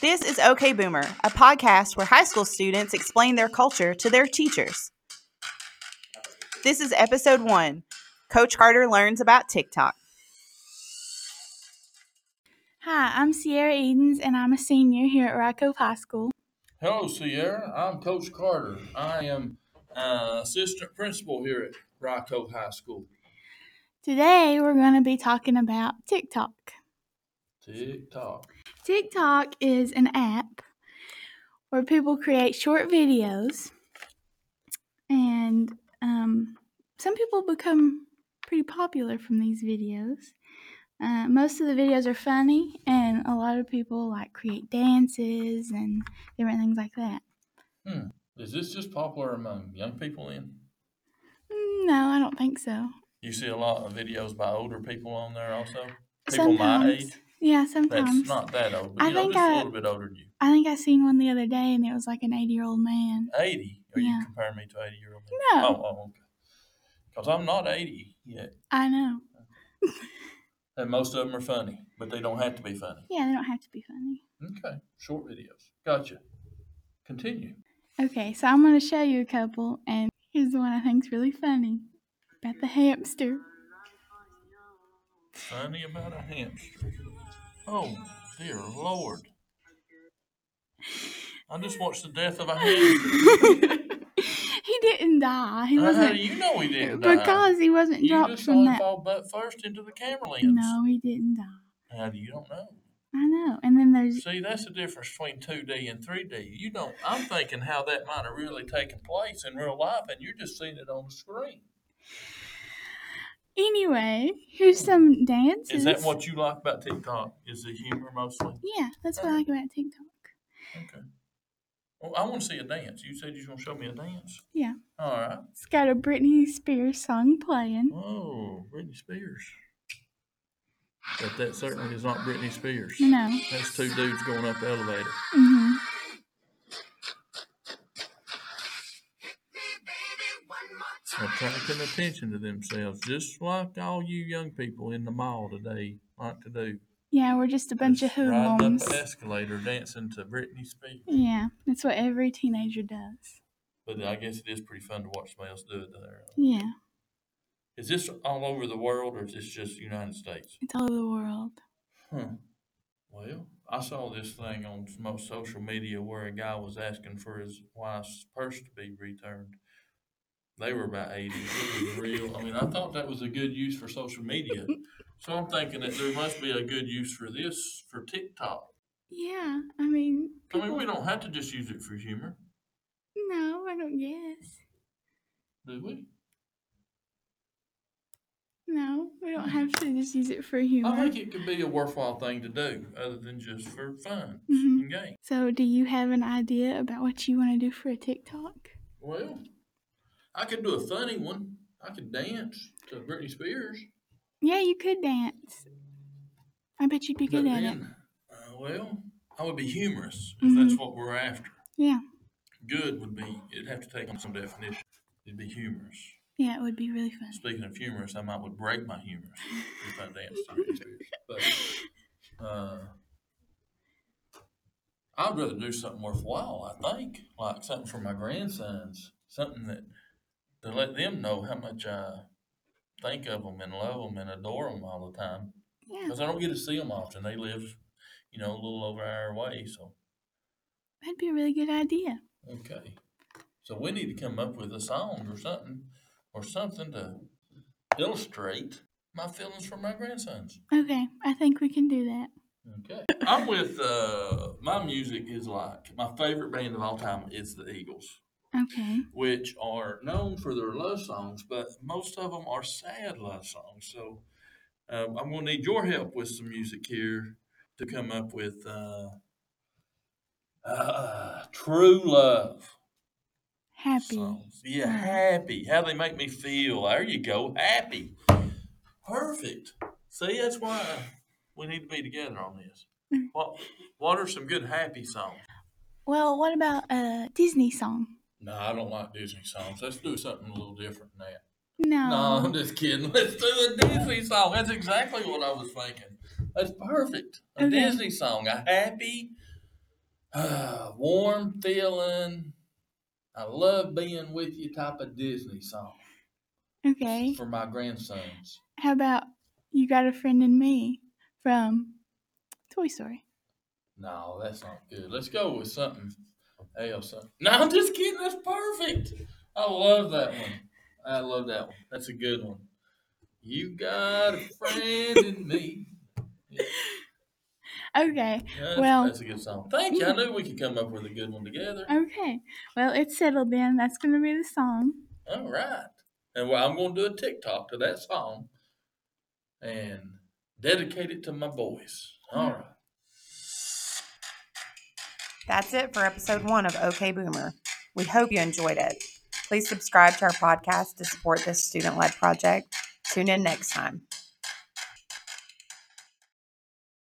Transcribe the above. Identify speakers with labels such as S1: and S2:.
S1: This is OK Boomer, a podcast where high school students explain their culture to their teachers. This is episode one Coach Carter learns about TikTok.
S2: Hi, I'm Sierra Edens, and I'm a senior here at Rock Cove High School.
S3: Hello, Sierra. I'm Coach Carter. I am uh, assistant principal here at Rock Oak High School.
S2: Today, we're going to be talking about TikTok.
S3: TikTok.
S2: TikTok is an app where people create short videos, and um, some people become pretty popular from these videos. Uh, most of the videos are funny, and a lot of people like create dances and different things like that.
S3: Is this just popular among young people then?
S2: Mm, No, I don't think so.
S3: You see a lot of videos by older people on there also? People my
S2: Sometimes,
S3: age?
S2: yeah,
S3: That's
S2: sometimes.
S3: not that old, but
S2: I
S3: you know,
S2: think
S3: just
S2: I-
S3: a little bit older than you.
S2: I think I seen one the other day, and it was like an eighty-year-old man.
S3: 80? Are
S2: Yeah.
S3: you comparing me to 80 year old?
S2: No.
S3: Oh, oh okay. Because I'm not 80 yet.
S2: I know.
S3: And most of them are funny, but they don't have to be funny.
S2: Yeah, they don't have to be funny.
S3: Okay. Short videos. Gotcha. Continue.
S2: Okay, so I'm going to show you a couple, and here's the one I think's really funny about the hamster.
S3: Funny about a hamster. Oh, dear Lord. I just watched the death of a hamster.
S2: he didn't die. He
S3: Now, How
S2: wasn't
S3: do Uh-huh, you know he didn't die?
S2: because he wasn't
S3: you
S2: dropped
S3: just saw
S2: from
S3: him
S2: that.
S3: fall butt first into the camera lens.
S2: No, he didn't die.
S3: How do you don't know?
S2: I know. And then there's
S3: See, that's the difference between 2D and 3D. You don't. I'm thinking how that might have really taken place in real life, and you're just seeing it on the screen.
S2: anyway. Here's some dances.
S3: Is that what you like about TikTok? Is the humor mostly?
S2: Yeah, that's what I like about TikTok.
S3: Okay. Well, I want to see a dance. You said you was gonna show me a dance.
S2: Yeah,
S3: All right.
S2: it's got a Britney Spears song playing.
S3: Oh, Britney Spears. But that certainly is not Britney Spears.
S2: No.
S3: That's two dudes going up the elevator.
S2: hmm
S3: Attracting attention to themselves, just like all you young people in the mall today like to do.
S2: Yeah, we're just a bunch
S3: Just
S2: of
S3: Riding
S2: hoodlums.
S3: up the escalator, dancing to Britney Spears.
S2: Yeah, that's what every teenager does.
S3: But I guess it is pretty fun to watch somebody else do it there.
S2: Yeah,
S3: Is this all over the world or is this just United States?
S2: it's all over the world.
S3: Hmm. Well, I saw this thing on mo- social media where a guy was asking for his wife's purse to be returned. They were about eighty. It was real. I mean, I thought that was a good use for social media. So I'm thinking that there must be a good use for this for TikTok.
S2: Yeah, I mean,
S3: I mean, we don't have to just use it for humor,
S2: no, I don't guess.
S3: do we?
S2: No, we don't have to just use it for humor.
S3: I think it could be a worthwhile thing to do, other than just for fun
S2: Mhm.
S3: and games.
S2: So, do you have an idea about what you want to do for a TikTok?
S3: Well, I could do a funny one. I could dance to Britney Spears.
S2: Yeah, you could dance. I bet you'd be
S3: But
S2: good at it.
S3: then, uh, well, I would be humorous if that's what we're after.
S2: Yeah,
S3: Good would be, it'd have to take on some definition. It'd be humorous.
S2: yeah, it would be really fun.
S3: Speaking of humorous, I might would break my humorous if I danced to Britney Spears. But uh, I'd rather do something worthwhile, I think, like something for my grandsons, something that to let them know how much I think of them and love them and adore them all the time.
S2: Yeah,
S3: Because I don't get to see them often. They live, you know, a little over an hour away. So,
S2: that'd be a really good idea.
S3: okay. So, we need to come up with a song or something or something to illustrate my feelings for my grandsons.
S2: Okay, I think we can do that.
S3: Okay. I'm with, uh, my music is like, my favorite band of all time is the Eagles,
S2: Okay.
S3: which are known for their love songs, but most of them are sad love songs. So, um, I'm going to need your help with some music here to come up with uh, uh, true love
S2: Happy.
S3: songs. Yeah, happy. How they make me feel. There you go. Happy. Perfect. See, that's why we need to be together on this. What What are some good happy songs?
S2: Well, what about a Disney song?
S3: No, I don't like Disney songs. Let's do something a little different than that.
S2: No.
S3: No, I'm just kidding. Let's do a Disney song. That's exactly what I was thinking. That's perfect. A
S2: Okay.
S3: Disney song, a happy Uh, warm feeling. I love being with you type of Disney song
S2: Okay.
S3: for my grandsons.
S2: How about You Got a Friend in Me from Toy Story?
S3: No, that's not good. Let's go with something else. No, I'm just kidding. That's perfect. I love that one. I love that one. That's a good one. You got a friend in me.
S2: Okay.
S3: That's,
S2: Well-
S3: that's a good song. Thank you. I knew we could come up with a good one together.
S2: Okay. Well, it's settled then. That's going to be the song.
S3: All right. And well, I'm going to do a TikTok to that song and dedicate it to my boys. All right.
S1: That's it for episode one of OK Boomer. We hope you enjoyed it. Please subscribe to our podcast to support this student led project. Tune in next time.